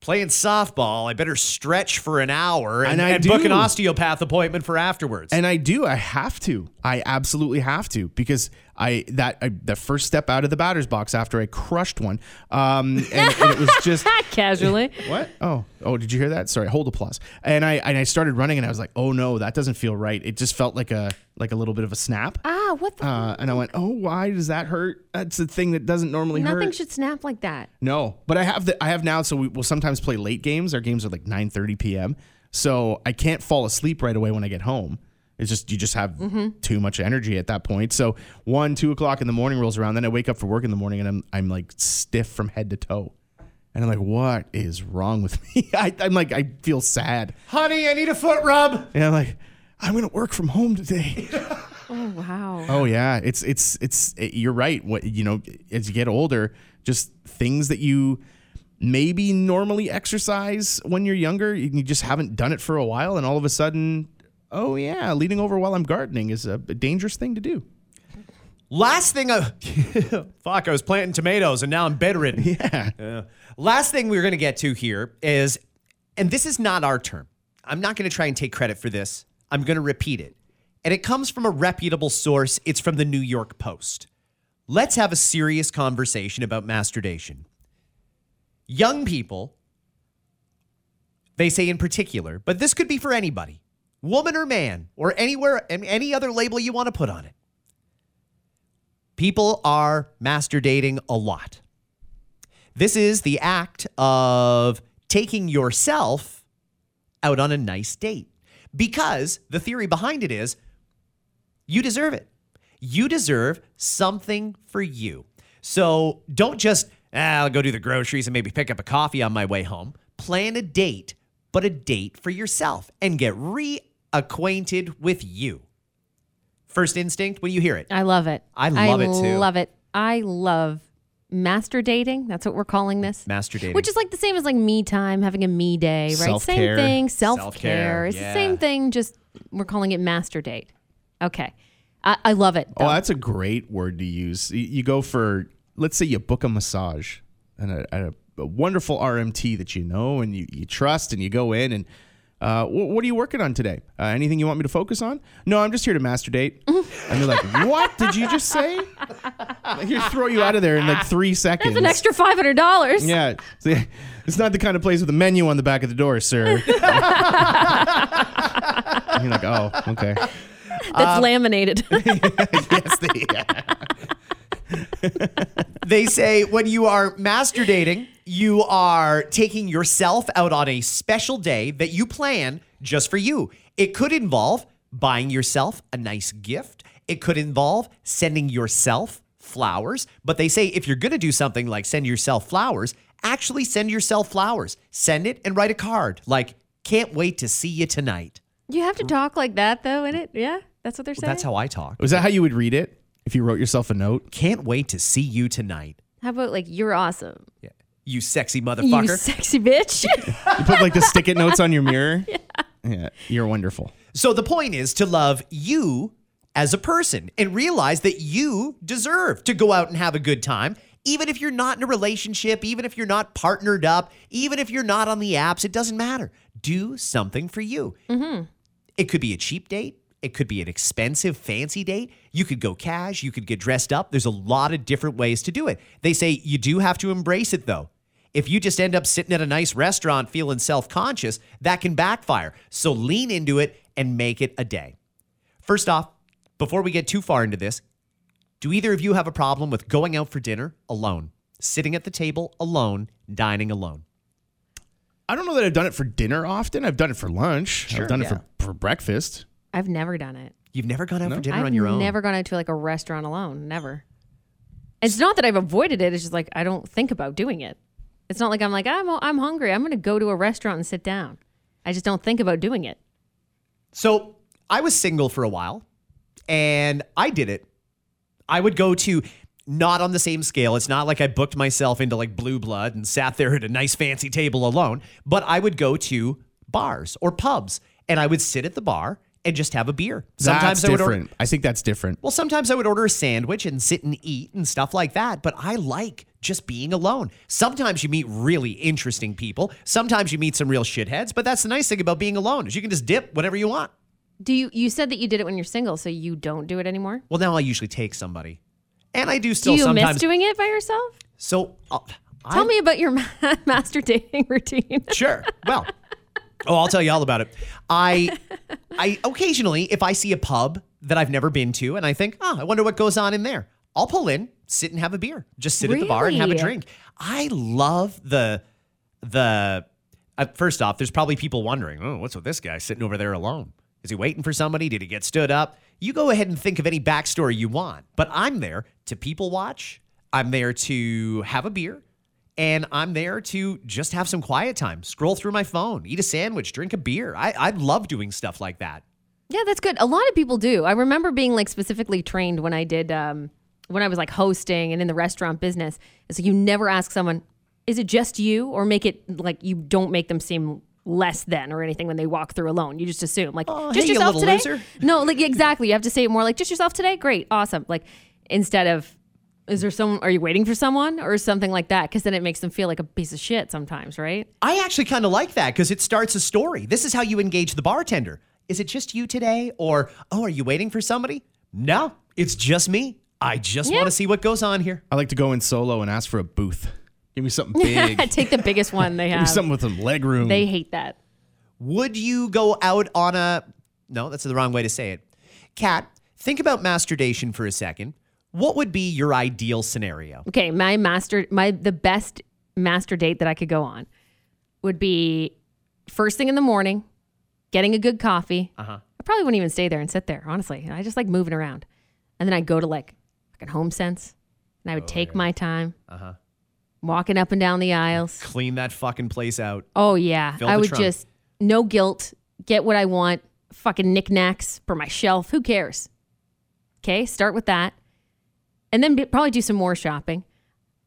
C: playing softball, I better stretch for an hour and,
D: And I
C: and book an
D: do.
C: osteopath appointment for afterwards.
D: And I do. I have to. I absolutely have to because I that I, the first step out of the batter's box after I crushed one. Um, and, and it was just
B: Casually.
D: what? Oh, oh, did you hear that? Sorry. Hold applause. And I and I started running and I was like, oh no, that doesn't feel right. It just felt like a like a little bit of a snap.
B: ah, what the?
D: Uh, and I went, oh, why does that hurt? That's the thing that doesn't normally
B: Nothing
D: hurt.
B: should snap like that.
D: no, but I have the I have now. So we will sometimes play late games. Our games are like 9:30 p.m. So I can't fall asleep right away when I get home. It's just you just have too much energy at that point. So one, two o'clock in the morning rolls around. Then I wake up for work in the morning and I'm I'm like stiff from head to toe. And I'm like, what is wrong with me? I, I'm like, I feel sad.
C: Honey, I need a foot rub.
D: And I'm like, I'm gonna work from home today.
B: Oh, wow.
D: Oh yeah, it's it's it's it- you're right. What you know, as you get older, just things that you maybe normally exercise when you're younger, you you just haven't done it for a while, and all of a sudden, oh yeah, leaning over while I'm gardening is a dangerous thing to do.
C: Last thing, I, fuck, I was planting tomatoes and now I'm bedridden. Yeah. last thing we're going to get to here is, and this is not our term. I'm not going to try and take credit for this. I'm going to repeat it. And it comes from a reputable source, it's from the New York Post. Let's have a serious conversation about masturbation. Young people, they say in particular, but this could be for anybody, woman or man, or anywhere, and any other label you want to put on it people are masturbating a lot. This is the act of taking yourself out on a nice date because the theory behind it is you deserve it. You deserve something for you. So don't just, "Ah, I'll go do the groceries and maybe pick up a coffee on my way home. Plan a date, but a date for yourself and get reacquainted with you. First instinct when you hear it.
B: I love it.
C: I love it, too.
B: love it. I love master dating. That's what we're calling this.
C: Master dating.
B: Which is like the same as like me time, having a me day, right?
D: Self-care.
B: Same thing. Self
C: Self-care,
B: care. It's
C: yeah.
B: the same thing. Just we're calling it master date. Okay, I, I love it.
D: Oh,
B: though.
D: that's a great word to use. You, you go for let's say you book a massage and a, a, a wonderful RMT that you know and you, you trust, and you go in and. Uh, wh- what are you working on today? Uh, anything you want me to focus on? No, I'm just here to masturbate. and they're like, "What did you just say?" Like, here, throw you out of there in like three seconds.
B: That's an extra five hundred dollars.
D: Yeah, See, it's not the kind of place with a menu on the back of the door, sir. And you're like, "Oh, okay."
C: Um,
B: That's laminated.
D: yes, they,
C: they say when you are masturbating, you are taking yourself out on a special day that you plan just for you. It could involve buying yourself a nice gift, it could involve sending yourself flowers. But they say if you're going to do something like send yourself flowers, actually send yourself flowers. Send it and write a card like, can't wait to see you tonight.
B: you have to talk like that though, in it. Yeah, that's what they're saying.
C: Oh. That's how I talk.
D: Was that how you would read it if you wrote yourself a note?
C: Can't wait to see you tonight.
B: How about like you're awesome,
C: You sexy
B: you
C: motherfucker.
B: sexy bitch?
D: You put like the stick it notes on your mirror. Yeah. You're wonderful.
C: So the point is to love you as a person and realize that you deserve to go out and have a good time. Even if you're not in a relationship, even if you're not partnered up, even if you're not on the apps, it doesn't matter. Do something for you. It could be a cheap date. It could be an expensive, fancy date. You could go cash. You could get dressed up. There's a lot of different ways to do it. They say you do have to embrace it, though. If you just end up sitting at a nice restaurant feeling self conscious, that can backfire. So lean into it and make it a day. First off, before we get too far into this, do either of you have a problem with going out for dinner alone, sitting at the table alone, dining alone?
D: I don't know that I've done it for dinner often. I've done it for lunch. I've done it for, for breakfast.
B: I've never done it.
C: You've never gone out for dinner
B: I've
C: on your own?
B: Never gone out to like a restaurant alone. Never. It's not that I've avoided it. It's just like I don't think about doing it. It's not like I'm like I'm I'm hungry. I'm going to go to a restaurant and sit down. I just don't think about doing it.
C: So I was single for a while and I did it. I would go to not on the same scale. It's not like I booked myself into like Blue Blood and sat there at a nice fancy table alone, but I would go to bars or pubs and I would sit at the bar and just have a beer.
D: Sometimes
C: I
D: that's
C: would order-
D: different. I think that's different.
C: well, sometimes I would order a sandwich and sit and eat and stuff like that, but I like just being alone. Sometimes you meet really interesting people. Sometimes you meet some real shitheads, but that's the nice thing about being alone is you can just dip whenever you want.
B: Do you you said that you did it when you're single, so you don't do it anymore?
C: Well, now I usually take somebody. And I do
B: Do
C: still
B: you
C: sometimes.
B: miss doing it by yourself?
C: so uh, I,
B: Tell me about your ma- master dating routine.
C: Sure. Well, oh, I'll tell you all about it. I, I occasionally, if I see a pub that I've never been to, and I think, oh, I wonder what goes on in there, I'll pull in, sit and have a beer, just sit at the bar and have a
B: Really?
C: drink. I love the, the. Uh, first off, there's probably people wondering, oh, what's with this guy sitting over there alone? Is he waiting for somebody? Did he get stood up? You go ahead and think of any backstory you want, but I'm there to people watch. I'm there to have a beer and I'm there to just have some quiet time, scroll through my phone, eat a sandwich, drink a beer. I, I love doing stuff like that.
B: Yeah, that's good. A lot of people do. I remember being like specifically trained when I did um, when I was like hosting and in the restaurant business. It's like you never ask someone, "Is it just you?" or make it like you don't make them seem less than or anything when they walk through alone. You just assume like
C: Oh,
B: just
C: hey, you
B: yourself
C: little
B: today.
C: loser.
B: No, like exactly. You have to say it more like just yourself today. Great, awesome. Like instead of is there someone? Are you waiting for someone or something like that? Because then it makes them feel like a piece of shit sometimes, right?
C: I actually kind of like that because it starts a story. This is how you engage the bartender. Is it just you today? Or, oh, are you waiting for somebody? No, it's just me. I just want to see what goes on here.
D: I like to go in solo and ask for a booth. Give me something big. Give
B: Take the biggest one they
D: me
B: have.
D: something with some leg room.
B: They hate that.
C: Would you go out on a. No, that's the wrong way to say it. Kat, think about masturbation for a second. What would be your ideal scenario?
B: Okay, my master, my the best master date that I could go on would be first thing in the morning, getting a good coffee. Uh-huh. I probably wouldn't even stay there and sit there, honestly. I just like moving around, and then I'd go to like fucking Home Sense, and I would take my time, uh-huh. walking up and down the aisles.
C: Clean that fucking place out.
B: Oh yeah,
C: Fill
B: I
C: the
B: would
C: trunk.
B: just no guilt, get what I want, fucking knickknacks for my shelf. Who cares? Okay, start with that, and then be, probably do some more shopping.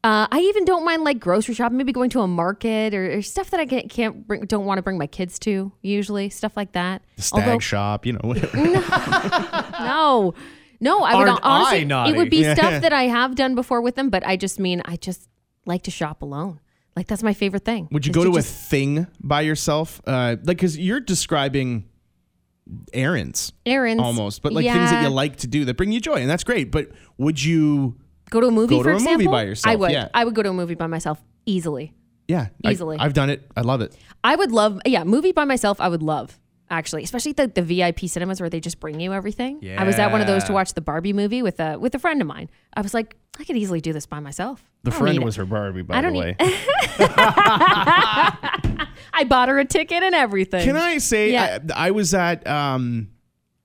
B: Uh, I even don't mind like grocery shopping, maybe going to a market or, or stuff that I can't, can't bring, don't want to bring my kids to. Usually, stuff like that.
D: The stag
B: Although-
D: shop, you know, whatever.
B: no, no, I would
C: Aren't I
B: honestly.
C: naughty?
B: it would be stuff that I have done before with them, but I just mean I just like to shop alone. Like that's my favorite thing.
D: Would you
B: is
D: go to a
B: just-
D: thing by yourself? Uh, like, because you're describing errands
B: errands
D: almost, but like things that
B: Yeah.
D: you like to do that bring you joy, and that's great. But would you?
B: Go to a movie,
D: Go to
B: for
D: a movie
B: example.
D: by yourself,
B: I would.
D: yeah.
B: I would go to a movie by myself easily.
D: Yeah, I-
B: Easily.
D: I've done it. I love it.
B: I would love, yeah, movie by myself. I would love actually, especially the, the VIP cinemas where they just bring you everything. I was at one of those to
C: Yeah.
B: watch the Barbie movie with a with a friend of mine. I was like, I could easily do this by myself. I don't need it.
D: her Barbie, by
B: I don't need.
D: e-
B: I bought her a ticket and everything.
D: Can I say
B: Yeah.
D: I, I was at um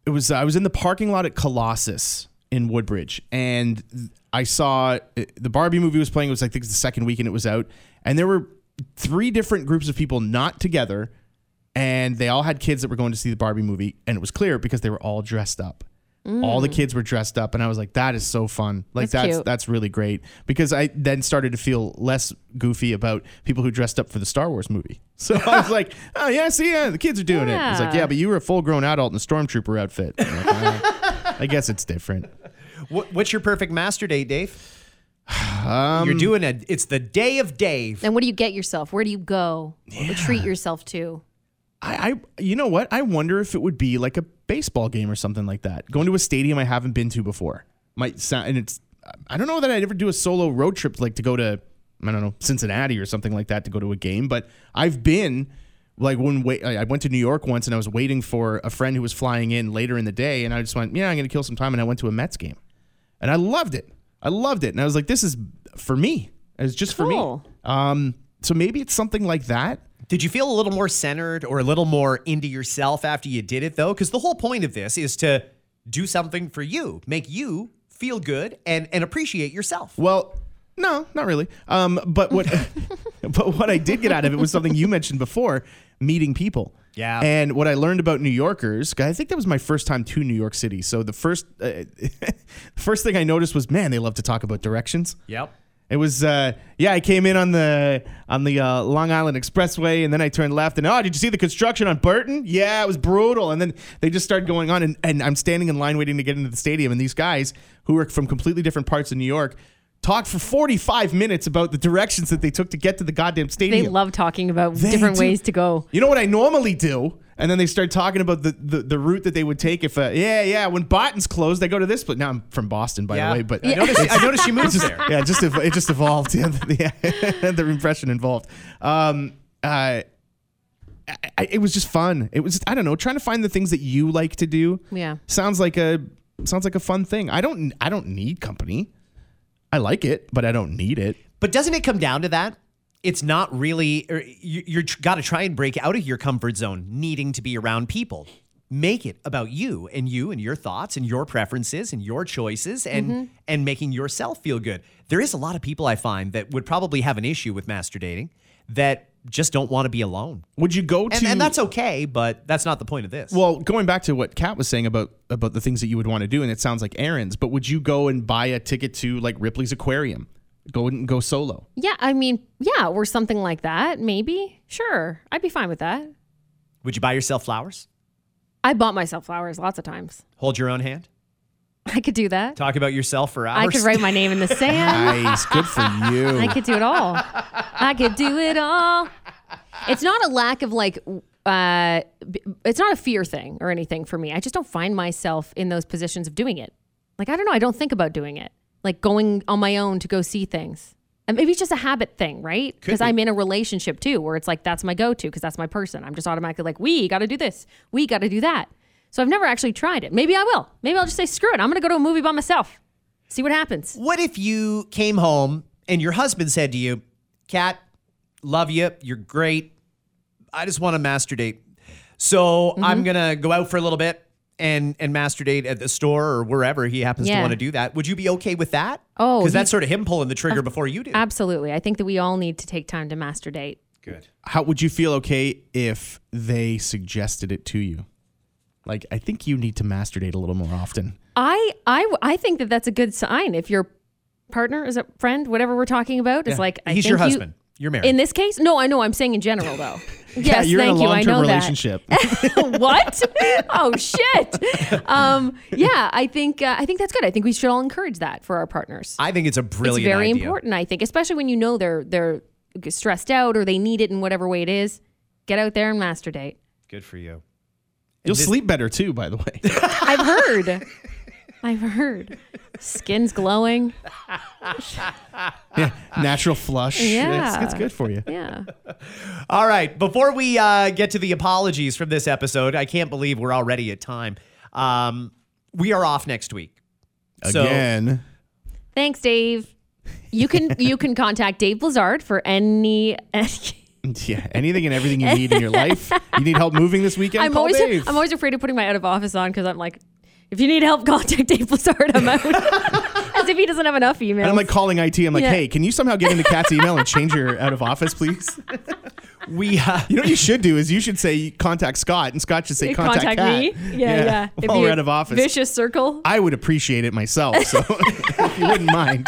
D: it was I was in the parking lot at Colossus in Woodbridge and th- I saw uh, the Barbie movie was playing it was I think the second weekend it was out and there were three different groups of people not together and they all had kids that were going to see the Barbie movie and it was clear because they were all dressed up. All the kids were dressed up and I was like that is so fun. Like
B: Mm. That's
D: that's
B: cute.
D: that's really great because I then started to feel less goofy about people who dressed up for the Star Wars movie. So I was like, oh yeah, see, yeah, the kids are doing it. It's like,
B: Yeah.
D: yeah, but you were a full grown adult in a stormtrooper outfit. I'm like, "Ah, I guess it's different.
C: What, what's your perfect master day, Dave? You're doing it. It's the day of Dave.
B: And what do you get yourself? Where do you go? What would treat yourself to?
D: I, I, you know what? I wonder if it would be like a baseball game or something like that. Going to a stadium I haven't been to before might sound, and it's, I don't know that I'd ever do a solo road trip like to go to, I don't know, Cincinnati or something like that to go to a game. But I've been like when wait, I I went to New York once and I was waiting for a friend who was flying in later in the day, and I just went, yeah, I'm gonna kill some time, and I went to a Mets game, and I loved it. I loved it, and I was like, this is for me. It's just
B: Cool.
D: for me. Um, so maybe it's something like that.
C: Did you feel a little more centered or a little more into yourself after you did it, though? Because the whole point of this is to do something for you, make you feel good and, and appreciate yourself.
D: Well, no, not really. Um, but what, but what I did get out of it was something you mentioned before: meeting people.
C: Yeah.
D: And what I learned about New Yorkers, 'cause I think that was my first time to New York City. So the first, uh, first thing I noticed was, man, they love to talk about directions.
C: Yep.
D: It was uh, yeah. I came in on the on the uh, Long Island Expressway, and then I turned left. And oh, did you see the construction on Burton? Yeah, it was brutal. And then they just started going on, and, and I'm standing in line waiting to get into the stadium. And these guys who were from completely different parts of New York talked for 45 minutes about the directions that they took to get to the goddamn
B: They
D: stadium.
B: love talking about
D: They
B: different
D: do-
B: ways to go.
D: You know what I normally do? And then they start talking about the, the, the route that they would take if uh, yeah yeah when Boston's closed I go to this but now I'm from Boston by
C: Yeah.
D: the way but
C: I noticed, I noticed you moved there.
D: yeah, it just ev- it just evolved. Yeah, the, yeah, the impression involved. Um, uh, I, I, it was just fun. It was I don't know, trying to find the things that you like to do.
B: Yeah.
D: sounds like a sounds like a fun thing. I don't I don't need company. I like it, but I don't need it.
C: But doesn't it come down to that? It's not really, er, you, you're got to try and break out of your comfort zone, needing to be around people. Make it about you and you and your thoughts and your preferences and your choices and
B: Mm-hmm.
C: and making yourself feel good. There is a lot of people I find that would probably have an issue with master dating that just don't want to be alone.
D: Would you go to
C: And, and that's okay, but that's not the point of this.
D: well going back to what Kat was saying about about the things that you would want to do, and it sounds like errands. But would you go and buy a ticket to like Ripley's Aquarium? Go and go solo.
B: Yeah, I mean, yeah, or something like that, maybe. Sure. I'd be fine with that.
C: would you buy yourself flowers?
B: I bought myself flowers lots of times.
C: Hold your own hand?
B: I could do that.
C: Talk about yourself for hours?
B: I could write my name in the sand.
D: Nice, good for you.
B: I could do it all. I could do it all. It's not a lack of like, uh, b- it's not a fear thing or anything for me. I just don't find myself in those positions of doing it. Like, I don't know. I don't think about doing it, like going on my own to go see things. And maybe it's just a habit thing, right? Because I'm in a relationship too, where it's like, that's my go to because that's my person. I'm just automatically like, we got to do this, we got to do that. So I've never actually tried it. Maybe I will. Maybe I'll just say, screw it. I'm going to go to a movie by myself, see what happens.
C: What if you came home and your husband said to you, Kat, love you. You're great. I just want to master date. So
B: Mm-hmm.
C: I'm going to go out for a little bit and, and master date at the store or wherever he happens to
B: Yeah.
C: want to do that. Would you be okay with that?
B: Oh,
C: because
B: he-
C: that's sort of him pulling the trigger before you do.
B: Absolutely. I think that we all need to take time to master date.
C: Good.
D: how would you feel okay if they suggested it to you? Like, I think you need to masturbate a little more often.
B: I, I, I think that that's a good sign. If your partner is a friend, whatever we're talking about is like, I
C: He's your
B: think you-
C: husband. You're married.
B: in this case, no, I know. I'm saying in general though. yes,
D: yeah, you're
B: thank
D: in a
B: you. I
D: long-term
B: know
D: relationship.
B: that. what? Oh shit. Um, yeah, I think uh, I think that's good. I think we should all encourage that for our partners.
C: I think it's a brilliant
B: it's very
C: idea.
B: important. I think, especially when you know they're they're stressed out or they need it in whatever way it is. Get out there and master date.
C: Good for you.
D: You'll
C: this-
D: sleep better too, by the way.
B: I've heard. I've heard. Skin's glowing.
D: yeah, natural flush.
B: Yeah.
D: it's, it's good for you.
B: Yeah.
C: All right. Before we uh, get to the apologies from this episode, I can't believe we're already at time. Um, we are off next week. So-
D: Again,
B: Thanks, Dave. You can you can contact Dave Blizzard for any.
D: yeah, anything and everything you need in your life. You need help moving this weekend.
B: I'm
D: Call
B: always
D: Dave.
B: I'm always afraid of putting my out of office on because I'm like, if you need help, contact Dave Blizzard. I'm out. As if he doesn't have enough emails.
D: and I'm like calling IT. I'm like,
B: Yeah.
D: hey, can you somehow get into Kat's email and change your out of office, please?
C: We uh,
D: You know what you should do is you should say contact Scott, and Scott should say contact,
B: contact
D: Kat.
B: me. Yeah, yeah. If
D: While
B: you-
D: we're out of office.
B: Vicious circle.
D: I would appreciate it myself. So if you wouldn't mind.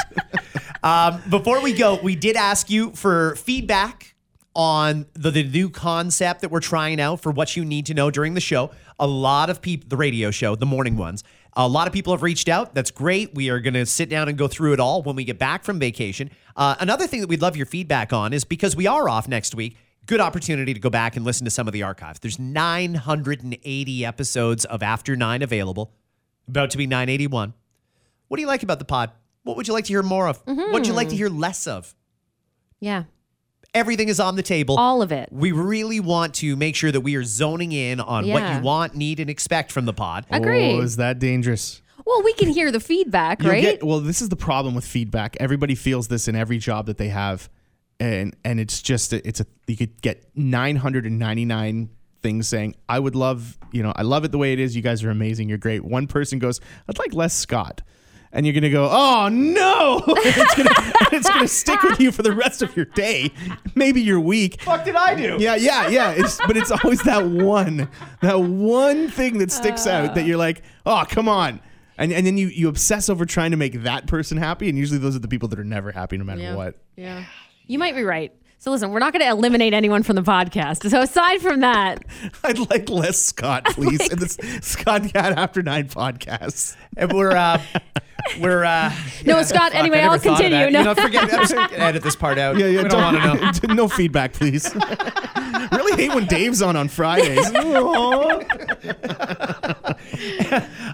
C: Before we go, we did ask you for feedback on the, the new concept that we're trying out for what you need to know during the show. A lot of people, the radio show, the morning ones, a lot of people have reached out. That's great. We are going to sit down and go through it all when we get back from vacation. Uh, another thing that we'd love your feedback on is because we are off next week. Good opportunity to go back and listen to some of the archives. There's 980 episodes of After Nine available, about to be 981. What do you like about the pod? What would you like to hear more of?
B: Mm-hmm.
C: What would you like to hear less of?
B: Yeah.
C: Everything is on the table.
B: All of it.
C: we really want to make sure that we are zoning in on what
B: Yeah.
C: you want, need, and expect from the pod.
B: Agreed.
D: Oh, is that dangerous?
B: Well, we can hear the feedback,
D: You'll
B: right?
D: get- well, this is the problem with feedback. Everybody feels this in every job that they have, and and it's just a- it's a you could get 999 things saying I would love you know I love it the way it is. You guys are amazing. You're great. One person goes I'd like less Scott. and you're gonna go, oh no, it's gonna it's gonna stick with you for the rest of your day, maybe your week.
C: What did I do?
D: Yeah, yeah, yeah. It's, but it's always that one, that one thing that sticks out that you're like, oh, come on. And, and then you, you obsess over trying to make that person happy. And usually those are the people that are never happy no matter
B: Yeah.
D: what.
B: Yeah. You might be right. So listen, we're not going to eliminate anyone from the podcast. So aside from that,
D: I'd like less Scott,
B: Oh
D: please, in this Scott Cat After Nine podcast.
C: And we're uh, we're uh,
B: no, Scott. anyway,
C: I never
B: I'll
C: thought of
B: continue.
C: that.
B: No.
C: You know, forget. I'm just gonna edit this part out.
D: Yeah, yeah.
C: We don't want to know.
D: to know. no feedback, please. really hate when Dave's on on Fridays. Aw.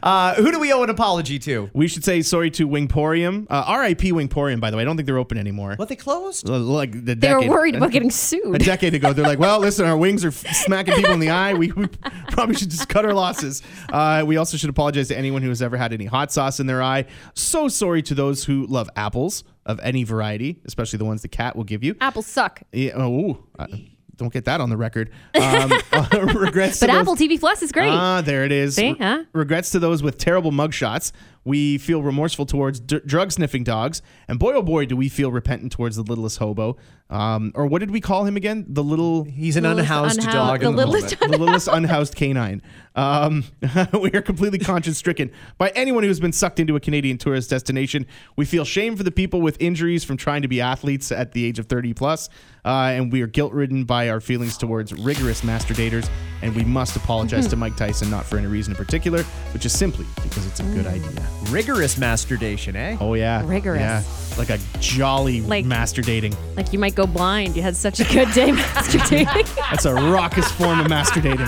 C: Uh, who do we owe an apology to?
D: we should say sorry to Wingporium. Uh, RIP Wingporium, by the way. I don't think they're open anymore.
C: What they closed?
D: Uh, Like the
B: they were
D: decade-
B: worried about getting
D: a
B: sued.
D: decade ago, they're like, well, listen, our wings are f- smacking people in the eye. We, we probably should just cut our losses. Uh, we also should apologize to anyone who has ever had any hot sauce in their eye. So sorry to those who love apples of any variety, especially the ones the cat will give you.
B: Apples suck.
D: Yeah, oh, ooh, I- don't get that on the record. Um, regrets
B: But
D: to those-
B: Apple TV Plus is great.
D: Ah, there it is.
B: See,
D: Re-
B: huh?
D: Regrets to those with terrible mugshots. We feel remorseful towards d- drug sniffing dogs. And boy, oh boy, do we feel repentant towards the littlest hobo. Um, or what did we call him again? The little.
C: He's an
B: Littlest
C: unhoused,
B: unhoused-
C: dog.
B: the
C: in
B: littlest
C: moment.
D: The littlest unhoused canine. Um, we are completely conscience stricken by anyone who's been sucked into a Canadian tourist destination. We feel shame for the people with injuries from trying to be athletes at the age of 30 plus, uh, and we are guilt ridden by our feelings towards rigorous master daters. And we must apologize
B: Mm-hmm.
D: to Mike Tyson, not for any reason in particular, but just simply because it's a good idea.
C: Rigorous masturbation, eh?
D: Oh, yeah.
B: Mm. Rigorous.
D: Yeah. Like a jolly
B: Like-
D: master dating.
B: Like you might go blind. You had such a good day masturbating.
D: That's a raucous form of master dating.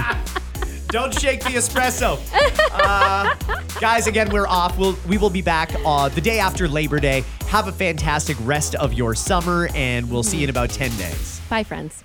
C: Don't shake the espresso. Uh, guys, again, we're off. We'll, we will be back uh, the day after Labor Day. Have a fantastic rest of your summer, and we'll see you in about 10 days.
B: Bye, friends.